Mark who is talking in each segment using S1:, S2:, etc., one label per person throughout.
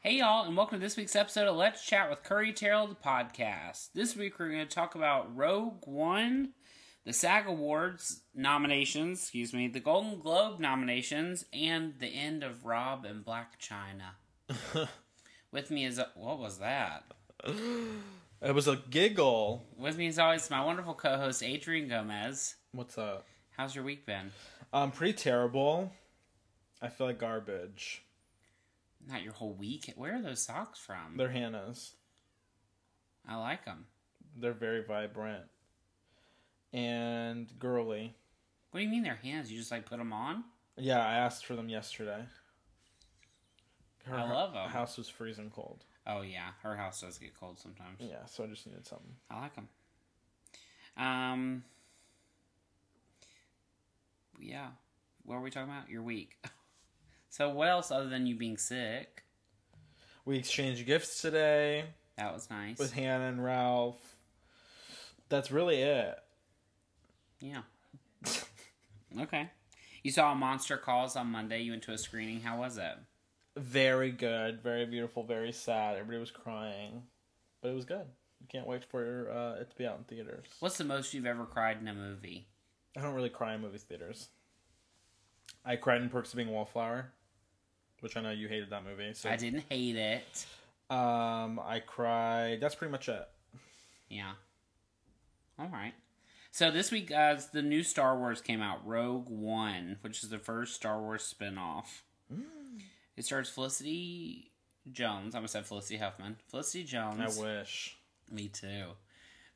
S1: Hey, y'all, and welcome to this week's episode of Let's Chat with Curry Terrell, the podcast. This week we're going to talk about Rogue One, the SAG Awards nominations, excuse me, the Golden Globe nominations, and the end of Rob and Black China. With me is, what was that?
S2: It was a giggle.
S1: With me as always, my wonderful co host, Adrian Gomez.
S2: What's up?
S1: How's your week been?
S2: Um, pretty terrible. I feel like garbage.
S1: Not your whole week. Where are those socks from?
S2: They're Hannah's.
S1: I like them.
S2: They're very vibrant and girly.
S1: What do you mean they're hands? You just like put them on?
S2: Yeah, I asked for them yesterday. Her
S1: I love 'em.
S2: house was freezing cold.
S1: Oh, yeah. Her house does get cold sometimes.
S2: Yeah, so I just needed something.
S1: I like them. Um, yeah. What were we talking about? Your week. so, what else other than you being sick?
S2: We exchanged gifts today
S1: That was nice.
S2: with Hannah and Ralph. That's really it.
S1: yeah. okay. You saw Monster Calls on Monday. You went to a screening. How was it?
S2: Very good, very beautiful, very sad. Everybody was crying, but it was good. Can't wait for uh, it to be out in theaters.
S1: What's the most you've ever cried in a movie?
S2: I don't really cry in movie theaters. I cried in Perks of Being a Wallflower, which I know you hated that movie. So
S1: I didn't hate it.
S2: Um, I cried. That's pretty much it.
S1: Yeah. All right. So this week, guys, the new Star Wars came out, Rogue One, which is the first Star Wars spin-off. Mm. It stars Felicity Jones. I almost said Felicity Huffman. Felicity Jones.
S2: I wish.
S1: Me too.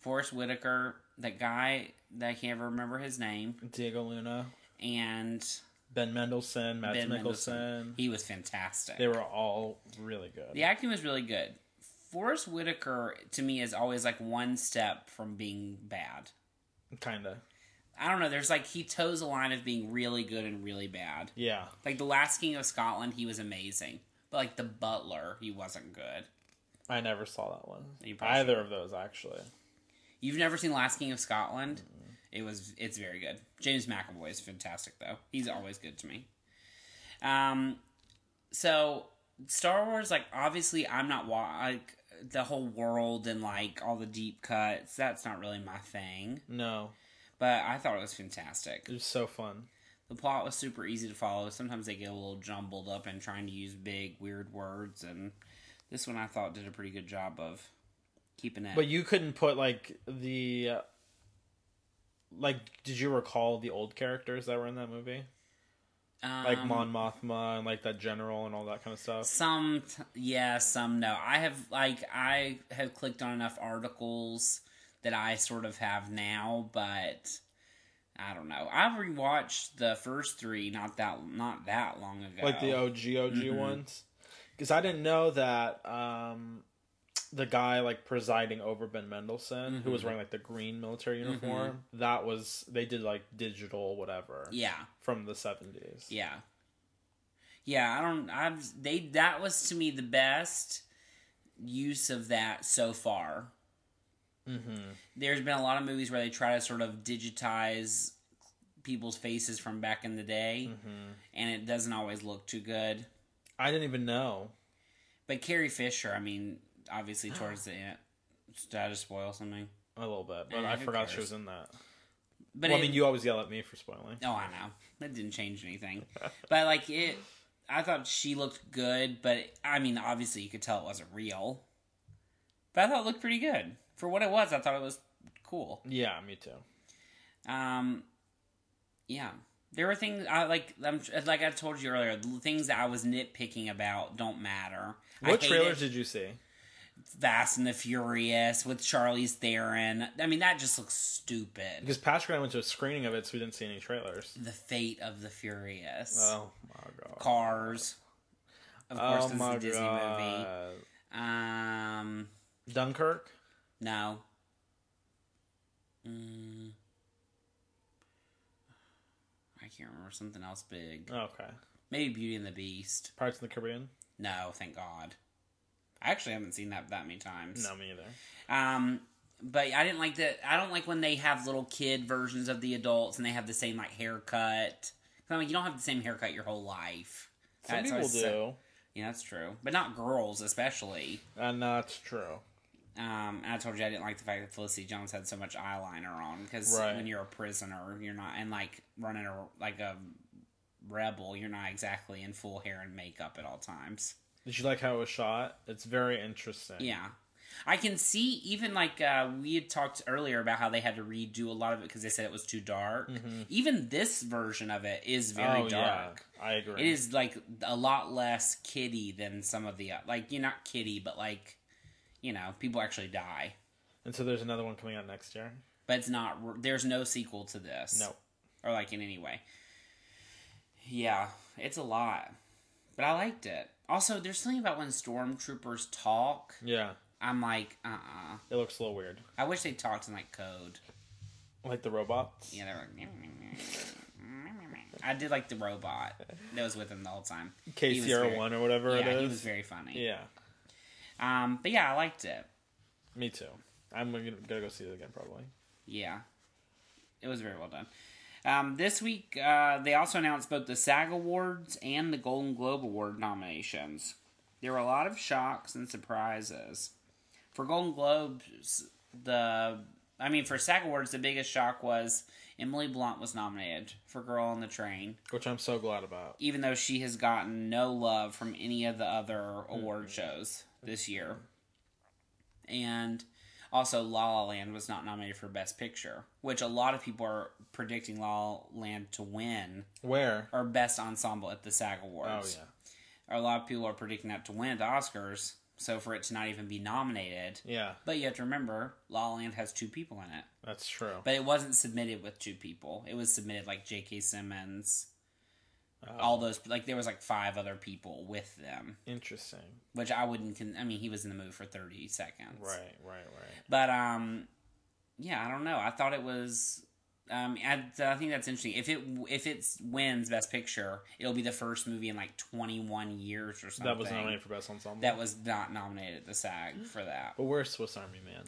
S1: Forrest Whitaker, that guy that I can't ever remember his name,
S2: Diego Luna,
S1: and
S2: Ben Mendelsohn, Mads
S1: Ben
S2: Mikkelsen.
S1: he was fantastic.
S2: They were all really good.
S1: The acting was really good. Forrest Whitaker to me is always like one step from being bad.
S2: Kinda.
S1: I don't know. There's like he toes a line of being really good and really bad.
S2: Yeah.
S1: Like the last King of Scotland, he was amazing, but like the Butler, he wasn't good.
S2: I never saw that one.
S1: You probably
S2: Either of those, actually.
S1: You've never seen Last King of Scotland?
S2: Mm-hmm.
S1: It was it's very good. James McAvoy is fantastic though. He's always good to me. Um, so Star Wars, like obviously, I'm not wa- like the whole world and like all the deep cuts. That's not really my thing.
S2: No.
S1: But I thought it was fantastic.
S2: It was so fun.
S1: The plot was super easy to follow. Sometimes they get a little jumbled up and trying to use big weird words, and this one I thought did a pretty good job of keeping it.
S2: But you couldn't put like the like. Did you recall the old characters that were in that movie? Like
S1: Um,
S2: Mon Mothma and like that general and all that kind of stuff.
S1: Some t- yeah, some no. I have like I have clicked on enough articles that I sort of have now, but I don't know. I rewatched the first three not that not that long ago.
S2: Like the OG OG
S1: Mhm.
S2: ones. Because I didn't know that um, the guy like presiding over Ben Mendelsohn, who was
S1: Mhm.
S2: wearing like the green military
S1: Mhm.
S2: uniform, that was they did like digital whatever
S1: yeah
S2: from the seventies.
S1: yeah yeah. I don't. I've they that was to me the best use of that so far.
S2: Mm-hmm.
S1: there's been a lot of movies where they try to sort of digitize people's faces from back in the day
S2: Mm-hmm.
S1: and it doesn't always look too good
S2: I didn't even know.
S1: but carrie fisher i mean obviously towards the end did i just spoil something
S2: A little bit, but
S1: Eh,
S2: I
S1: who
S2: forgot she
S1: cares?
S2: was in that.
S1: but
S2: well,
S1: it-
S2: I mean, you always yell at me for spoiling.
S1: oh i know that didn't change anything but like it i thought she looked good but i mean obviously you could tell it wasn't real but i thought it looked pretty good for what it was i thought it was cool
S2: Yeah, me too.
S1: Um, yeah, there were things I like. I'm like I told you earlier, the things that I was nitpicking about don't matter.
S2: What
S1: I hated
S2: trailers did you see?
S1: Fast and the Furious with Charlie's Theron. I mean, that just looks stupid.
S2: Because Patrick and I went to a screening of it, so we didn't see any trailers.
S1: The Fate of the Furious,
S2: Oh my god!
S1: Cars, of course,
S2: oh
S1: this is
S2: my
S1: a Disney movie.
S2: god!
S1: Um,
S2: Dunkirk.
S1: no. Mm. I can't remember something else big.
S2: Okay.
S1: Maybe Beauty and the Beast.
S2: Pirates of the Caribbean.
S1: No, thank God. I actually haven't seen that that many times.
S2: No, me either.
S1: Um, but I didn't like that. I don't like when they have little kid versions of the adults and they have the same like haircut. 'Cause I'm like, you don't have the same haircut your whole life.
S2: Some
S1: That's
S2: people
S1: always
S2: do.
S1: so- Yeah, that's true. But not girls, especially.
S2: And that's true.
S1: Um, and I told you I didn't like the fact that Felicity Jones had so much eyeliner on because
S2: Right.
S1: when you're a prisoner, you're not and like running a like a rebel, you're not exactly in full hair and makeup at all times.
S2: Did you like how it was shot? It's very interesting.
S1: Yeah. I can see even like uh, we had talked earlier about how they had to redo a lot of it because they said it was too dark. Even this version of it is very
S2: Mm-hmm. oh,
S1: dark.
S2: Yeah, I agree.
S1: It is like a lot less kitty than some of the uh, like you're not kitty, but like you know people actually die.
S2: And so there's another one coming out next year.
S1: But it's not. There's no sequel to this.
S2: No.
S1: or like in any way. Yeah, it's a lot, but I liked it. Also, there's something about when stormtroopers talk.
S2: Yeah.
S1: I'm like, uh, uh
S2: It looks a little weird.
S1: I wish they talked in like code.
S2: Like the robots.
S1: Yeah, they're like. "Meow, meow, meow, meow, meow, meow." I did like the robot that was with him the whole time. He was very-
S2: KCR1 or whatever
S1: Yeah,
S2: it
S1: he
S2: is.
S1: was very funny.
S2: yeah.
S1: Um, but yeah, I liked it.
S2: Me too. I'm gonna, gonna go see it again probably.
S1: Yeah. It was very well done. Um, this week, uh, they also announced both the SAG Awards and the Golden Globe Award nominations. There were a lot of shocks and surprises. For Golden Globes, the. I mean, for SAG Awards, the biggest shock was Emily Blunt was nominated for Girl on the Train,
S2: Which I'm so glad about.
S1: even though she has gotten no love from any of the other
S2: Mm-hmm.
S1: award shows this year. And also, La La Land was not nominated for Best Picture, which a lot of people are predicting La La Land to win
S2: Where?
S1: or Best Ensemble at the SAG
S2: Oh
S1: Awards.
S2: yeah.
S1: yeah. A lot of people are predicting that to win at the Oscars, so for it to not even be nominated.
S2: Yeah,
S1: But you have to remember, La La Land has two people in it.
S2: that's true.
S1: But it wasn't submitted with two people. It was submitted like J.K. Simmons,
S2: Oh,
S1: all those like there was like five other people with them,
S2: Interesting.
S1: which I wouldn't. Con- I mean, he was in the movie for thirty seconds,
S2: Right, right, right.
S1: But um, yeah, I don't know. I thought it was. Um, I, I think that's interesting. If it if it wins Best Picture, it'll be the first movie in like twenty one years or something
S2: That was nominated for best ensemble.
S1: That was not nominated at the SAG for that.
S2: but where's Swiss Army Man?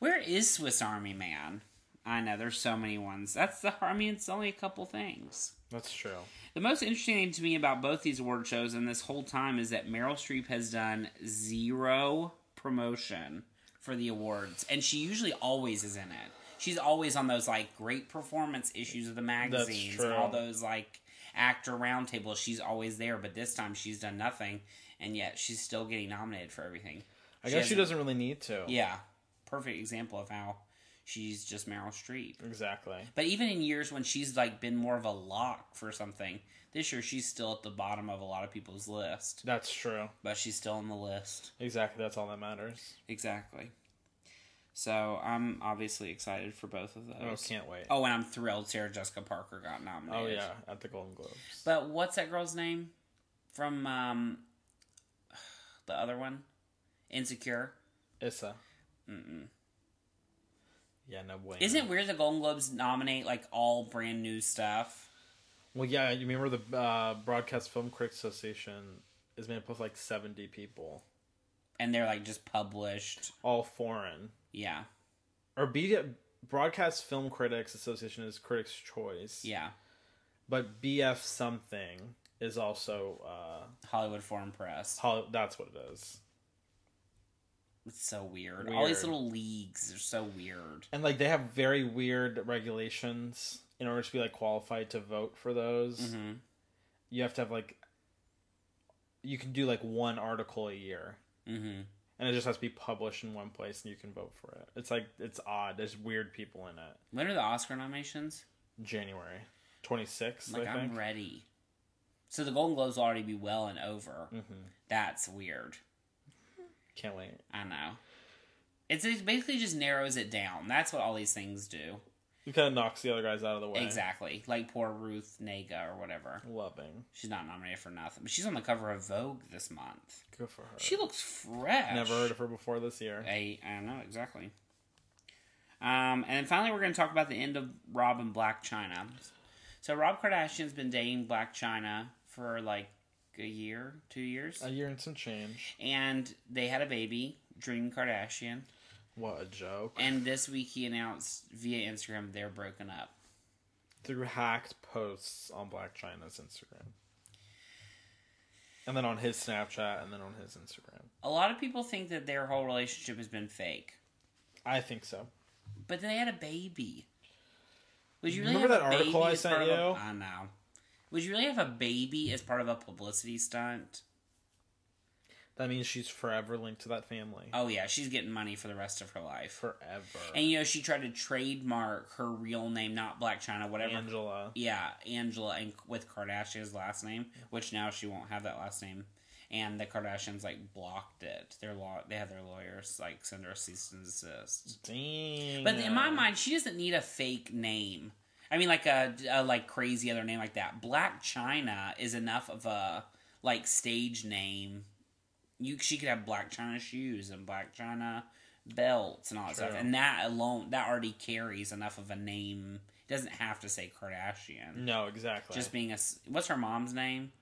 S1: Where is Swiss Army Man? I know there's so many ones. That's the. I mean, it's only a couple things.
S2: That's true.
S1: The most interesting thing to me about both these award shows and this whole time is that Meryl Streep has done zero promotion for the awards, and she usually always is in it. She's always on those like great performance issues of the magazines and
S2: true.
S1: all those like actor roundtables. She's always there, but this time she's done nothing, and yet she's still getting nominated for everything.
S2: I guess she
S1: hasn't-
S2: doesn't really need to.
S1: Yeah, perfect example of how she's just Meryl Streep.
S2: Exactly.
S1: But even in years when she's like been more of a lock for something, this year she's still at the bottom of a lot of people's list.
S2: That's true.
S1: But she's still on the list.
S2: Exactly. That's all that matters.
S1: Exactly. So I'm obviously excited for both of
S2: Oh,
S1: those.
S2: can't wait.
S1: Oh, and I'm thrilled Sarah Jessica Parker got
S2: Oh
S1: nominated.
S2: yeah, at the Golden Globes.
S1: But what's that girl's name? From um the other one? Insecure.
S2: Issa. Mm-mm. Yeah, no way.
S1: Isn't it weird the Golden Globes nominate like all brand new stuff?
S2: Well, yeah, you remember the uh, Broadcast Film Critics Association is made up of like 70 people,
S1: And they're like just published.
S2: all foreign.
S1: Yeah.
S2: Or B- Broadcast Film Critics Association is Critics' Choice.
S1: Yeah.
S2: But BF something is also uh
S1: Hollywood Foreign Press.
S2: Holly- that's what it is.
S1: It's so weird. All these
S2: Weird.
S1: little leagues are so weird.
S2: And like they have very weird regulations in order to be like qualified to vote for those.
S1: hmm
S2: You have to have like you can do like one article a year.
S1: hmm
S2: And it just has to be published in one place and you can vote for it. It's like it's odd. There's weird people in it.
S1: When are the Oscar nominations?
S2: January 26th,
S1: Like
S2: I think.
S1: I'm ready. So the Golden Globes will already be well and over. That's weird.
S2: Mm-hmm. Can't wait.
S1: I know. It's it basically just narrows it down. That's what all these things do.
S2: It kind of knocks the other guys out of the way.
S1: Exactly. Like poor Ruth Nega or whatever.
S2: Loving.
S1: She's not nominated for nothing, but she's on the cover of Vogue this month.
S2: Good for her.
S1: She looks fresh.
S2: Never heard of her before this year.
S1: I, I know exactly. Um, and then finally, we're going to talk about the end of Rob and Black China. So Rob Kardashian's been dating Black China for like a year, two years,
S2: A year and some change.
S1: and they had a baby, Dream Kardashian.
S2: What a joke.
S1: And this week, he announced via Instagram they're broken up.
S2: Through hacked posts on Black China's Instagram. and then on his Snapchat, and then on his Instagram.
S1: A lot of people think that their whole relationship has been fake,
S2: I think so.
S1: but then they had a baby. Would you really
S2: Remember
S1: have
S2: that
S1: a
S2: article
S1: baby
S2: I
S1: as
S2: sent
S1: part of a-
S2: you?
S1: I know. Would you really have a baby as part of a publicity stunt?
S2: That means she's forever linked to that family.
S1: Oh yeah, she's getting money for the rest of her life.
S2: Forever.
S1: And you know, she tried to trademark her real name, not Black China, whatever.
S2: Angela.
S1: yeah, Angela, and with Kardashian's last name, which now she won't have that last name. And the Kardashians like blocked it. Their law, they had their lawyers like send her a cease and desist.
S2: Dang.
S1: But in my mind, she doesn't need a fake name. I mean, like a, a like crazy other name like that. Black China is enough of a like stage name. You she could have Black China shoes and Black China belts and all that stuff,
S2: True.
S1: and that alone that already carries enough of a name. It doesn't have to say Kardashian.
S2: no, exactly.
S1: Just being a s- what's her mom's name?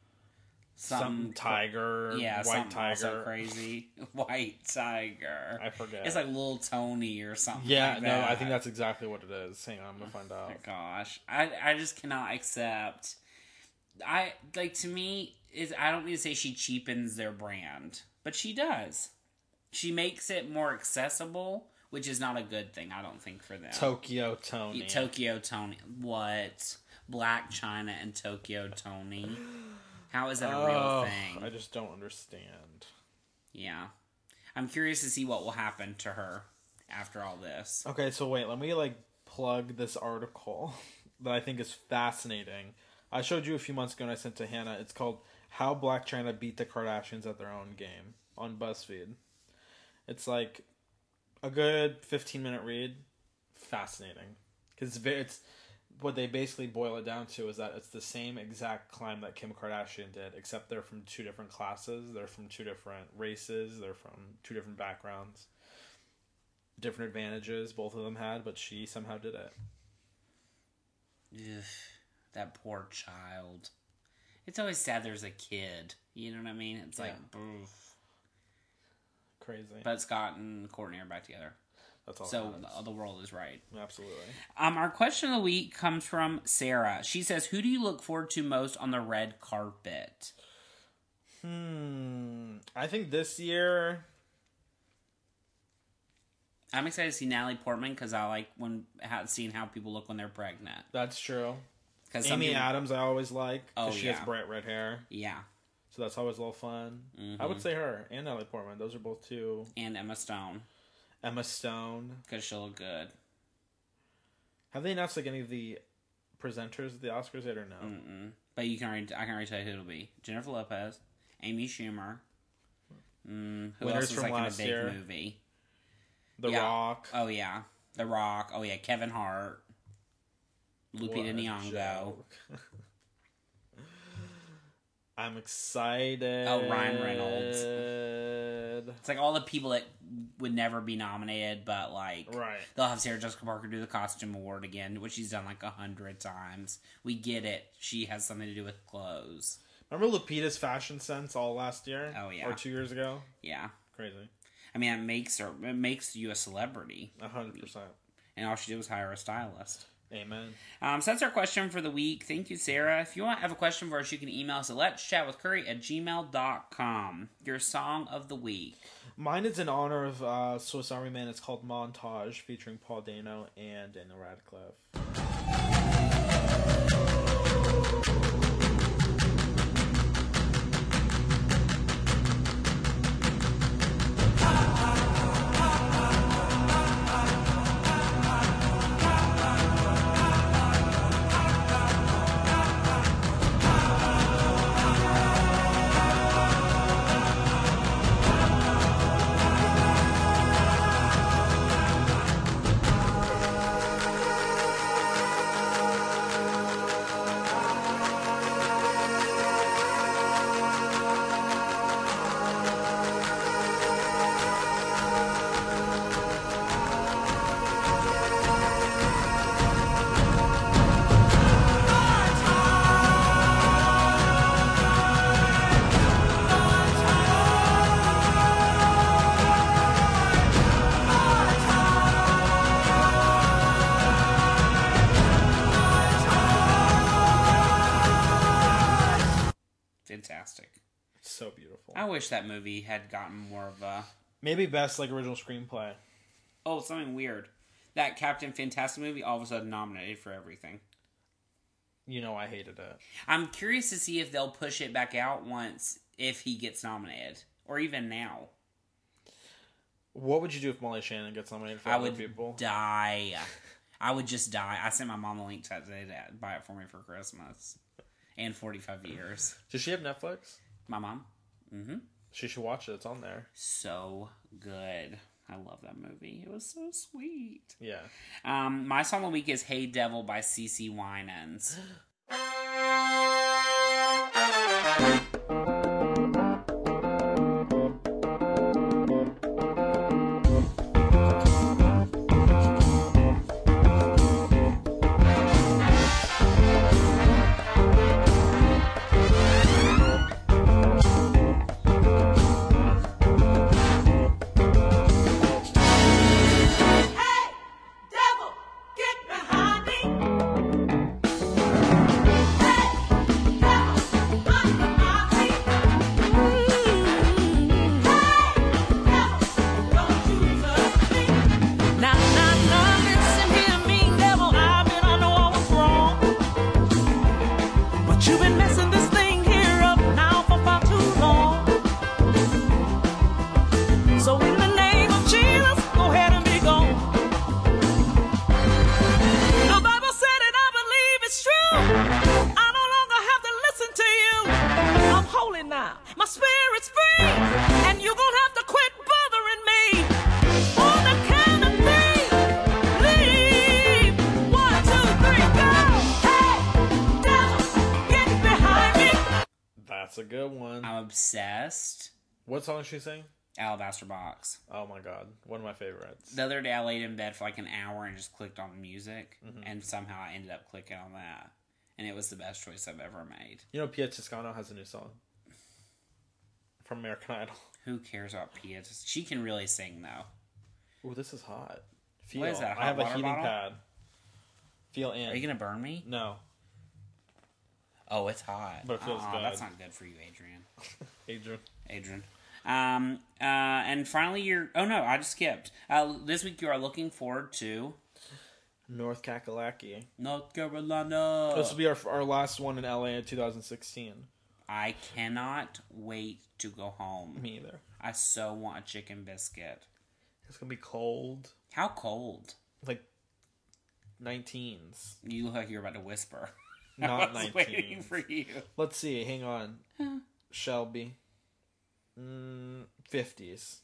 S2: some, tiger.
S1: cra- Yeah,
S2: white
S1: something
S2: tiger.
S1: also crazy. White tiger.
S2: I forget.
S1: It's like little Tony or something.
S2: yeah,
S1: like
S2: no,
S1: that.
S2: I think that's exactly what it is. Hang on, I'm gonna find out.
S1: Oh, gosh, I I just cannot accept. I like to me is I don't mean to say she cheapens their brand, but she does. She makes it more accessible, which is not a good thing. I don't think for them.
S2: Tokyo Tony.
S1: Tokyo Tony. What? Black China and Tokyo Tony. How is that a
S2: Oh,
S1: real thing?
S2: I just don't understand.
S1: Yeah. I'm curious to see what will happen to her after all this.
S2: Okay, so wait, let me like plug this article that I think is fascinating. I showed you a few months ago and I sent to Hannah. It's called How Black China Beat the Kardashians at Their Own Game on BuzzFeed. It's like a good 15 minute read. Fascinating. Because it's, ve- it's what they basically boil it down to is that it's the same exact climb that Kim Kardashian did, except they're from two different classes, they're from two different races, they're from two different backgrounds different advantages both of them had, but she somehow did it.
S1: Ugh, that poor child. It's always sad there's a kid. You know what I mean? It's like, oof.
S2: Crazy.
S1: But Scott and Courtney are back together.
S2: That's all.
S1: So
S2: that matters.
S1: uh, the world is right.
S2: absolutely.
S1: Um, our question of the week comes from Sarah. She says, Who do you look forward to most on the red carpet?
S2: Hmm. I think this year.
S1: I'm excited to see Natalie Portman because I like when how, seeing how people look when they're pregnant.
S2: That's true.
S1: Because
S2: Amy Adams, I always like because
S1: Oh,
S2: she
S1: yeah.
S2: has bright red hair,
S1: yeah,
S2: so that's always a little fun.
S1: Mhm.
S2: I would say her and Natalie Portman; those are both two.
S1: and Emma Stone
S2: Emma Stone.
S1: because she'll look good.
S2: Have they announced like any of the presenters of the Oscars yet or no?
S1: Mm-mm. But you can already, I can already tell you who it'll be: Jennifer Lopez, Amy Schumer. Mm, who
S2: Winners
S1: else was
S2: from
S1: like in a
S2: last
S1: big
S2: year.
S1: movie?
S2: The
S1: Yeah.
S2: Rock.
S1: Oh yeah, The Rock. Oh yeah, Kevin Hart,
S2: What
S1: Lupita
S2: a
S1: Nyong'o.
S2: joke. I'm excited.
S1: Oh, Ryan Reynolds.
S2: Reynolds.
S1: It's like all the people that would never be nominated, but like
S2: Right.
S1: they'll have Sarah Jessica Parker do the costume award again, which she's done like a hundred times. We get it; she has something to do with clothes.
S2: Remember Lupita's fashion sense all last year?
S1: Oh, yeah.
S2: Or two years ago?
S1: Yeah,
S2: Crazy.
S1: I mean, it makes her, it makes you a celebrity,
S2: A hundred percent.
S1: and all she did was hire a stylist.
S2: Amen.
S1: Um, so that's our question for the week. Thank you, Sarah. If you want to have a question for us, you can email us at let's chat with curry at gmail.com. Your song of the week.
S2: Mine is in honor of uh, Swiss Army Man. It's called Montage, featuring Paul Dano and Daniel Radcliffe.
S3: Thank
S2: so beautiful.
S1: I wish that movie had gotten more of a
S2: Maybe best like original screenplay.
S1: oh something weird. That Captain Fantastic movie all of a sudden nominated for everything.
S2: You know I hated it.
S1: I'm curious to see if they'll push it back out once if he gets nominated or even now.
S2: What would you do if Molly Shannon gets nominated for
S1: I
S2: other
S1: would
S2: people?
S1: die. I would just die. I sent my mom a link today to buy it for me for Christmas and 45 years.
S2: Does she have Netflix?
S1: My mom. Mm-hmm.
S2: She should watch it. It's on there.
S1: So good. I love that movie. It was so sweet.
S2: Yeah.
S1: Um, my song of the week is Hey Devil by CC Winans.
S3: Hey, devil, get behind me. Hey, devil, under my feet. Hey, devil, don't you touch me. Now, now, now, listen here, mean devil. I've been, I know I was wrong, but you've been messing this thing here up now for far too long. So in the name of Jesus, go ahead and be gone. The Bible said it, I believe it's true. I no longer have to listen to you. I'm holy now. My spirit's free. And you're gonna have to quit bothering me. On the count of three. Leave. One, two, three, go. Hey, devil, get behind me.
S2: That's a good one.
S1: I'm obsessed.
S2: What song is she sing?
S1: Alabaster Box.
S2: Oh my god. One of my favorites.
S1: The other day I laid in bed for like an hour and just clicked on music,
S2: Mm-hmm.
S1: and somehow I ended up clicking on that. And it was the best choice I've ever made.
S2: You know Pia Toscano has a new song. From American Idol.
S1: Who cares about Pia? She can really sing though.
S2: Ooh, this is hot. Feel.
S1: What is that, a
S2: I have
S1: hot
S2: a
S1: water
S2: heating
S1: bottle?
S2: pad. Feel in.
S1: Are you gonna burn me?
S2: No.
S1: Oh, it's hot.
S2: But it feels
S1: Uh-uh, That's
S2: bad.
S1: not good for you, Adrian.
S2: Adrian.
S1: Adrian. Um, uh, and finally, you're. Oh no, I just skipped. Uh, this week you are looking forward to
S2: North Kakalaki.
S1: North Carolina.
S2: This will be our, our last one in LA in 2016.
S1: I cannot wait to go home.
S2: Me either.
S1: I so want a chicken biscuit.
S2: It's gonna be cold,
S1: How cold?
S2: like 19s,
S1: You look like you're about to whisper.
S2: not
S1: I was waiting
S2: 19s.
S1: for you.
S2: Let's see. Hang on. Shelby. Mm, 50s.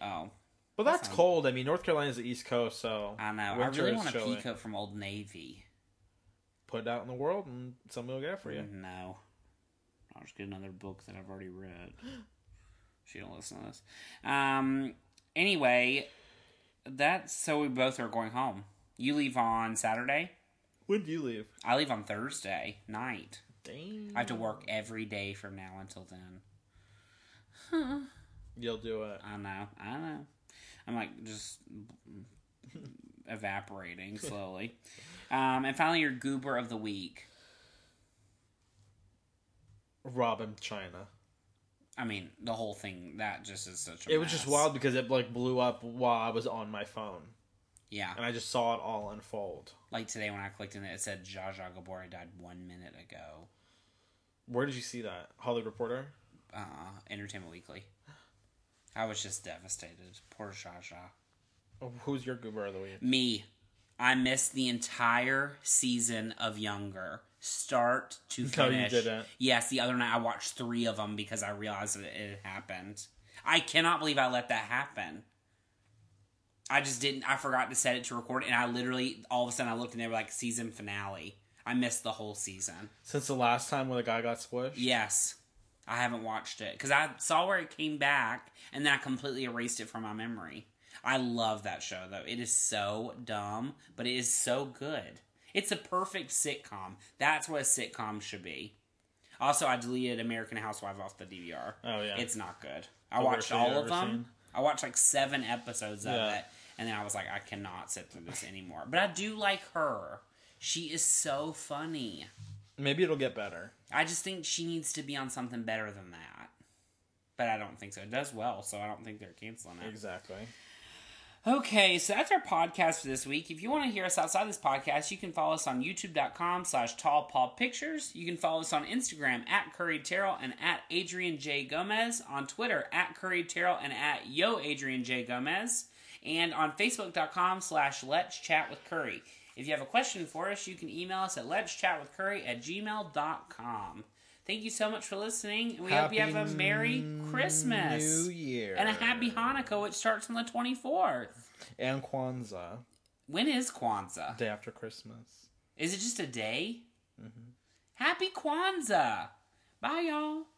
S1: Oh,
S2: But that's cold. I mean, North Carolina's the East Coast, so
S1: I know.
S2: winter
S1: I really
S2: is
S1: want a
S2: chilly.
S1: peacoat from Old Navy.
S2: Put it out in the world, and somebody will get it for you.
S1: Mm, No. I'll just get another book that I've already read. she don't listen to this. Um anyway, that's so we both are going home. You leave on Saturday.
S2: When do you leave?
S1: I leave on Thursday night.
S2: Dang.
S1: I have to work every day from now until then.
S2: You'll do it.
S1: I know. I know. I'm like just evaporating slowly. um and finally your goober of the week.
S2: Robin China.
S1: I mean, the whole thing that just is such a
S2: It was just
S1: mess.
S2: wild because it like blew up while I was on my phone,
S1: Yeah.
S2: and I just saw it all unfold.
S1: Like today when I clicked in it, it said Zsa Zsa Gabor died one minute ago.
S2: Where did you see that? Hollywood Reporter.
S1: Uh, Entertainment Weekly. I was just devastated. Poor Zsa Zsa.
S2: Oh, Who's your goober of the week?
S1: Me. I missed the entire season of Younger. Start to
S2: No, you
S1: finish.
S2: didn't.
S1: Yes, the other night I watched three of them because I realized that it had happened. I cannot believe I let that happen. I just didn't. I forgot to set it to record, and I literally all of a sudden I looked and they were like season finale. I missed the whole season.
S2: Since the last time when the guy got squished.
S1: Yes. I haven't watched it because I saw where it came back and then I completely erased it from my memory. I love that show though. It is so dumb, but it is so good. It's a perfect sitcom. That's what a sitcom should be. Also, I deleted American Housewife off the DVR.
S2: Oh, yeah.
S1: It's not good. I
S2: The worst
S1: watched
S2: thing I've
S1: all of
S2: ever
S1: them.
S2: seen.
S1: I watched like seven episodes of
S2: Yeah.
S1: it and then I was like, I cannot sit through this anymore. But I do like her. She is so funny.
S2: Maybe it'll get better.
S1: I just think she needs to be on something better than that. but I don't think so. It does well, so I don't think they're canceling it.
S2: Exactly.
S1: Okay, so that's our podcast for this week. If you want to hear us outside this podcast, you can follow us on youtube.com slash tall paw pictures. You can follow us on Instagram at Curry Terrell and at Adrian J. Gomez, on Twitter at Curry Terrell and at Yo Adrian J. Gomez, and on Facebook.com slash Let's Chat with Curry. If you have a question for us, you can email us at Let's Chat with Curry at gmail.com. Thank you so much for listening, and we hope you have a Merry Christmas
S2: New Year.
S1: and a Happy Hanukkah, which starts on the 24th.
S2: And Kwanzaa.
S1: When is Kwanzaa?
S2: Day after Christmas.
S1: Is it just a day? Happy Kwanzaa! Bye, y'all.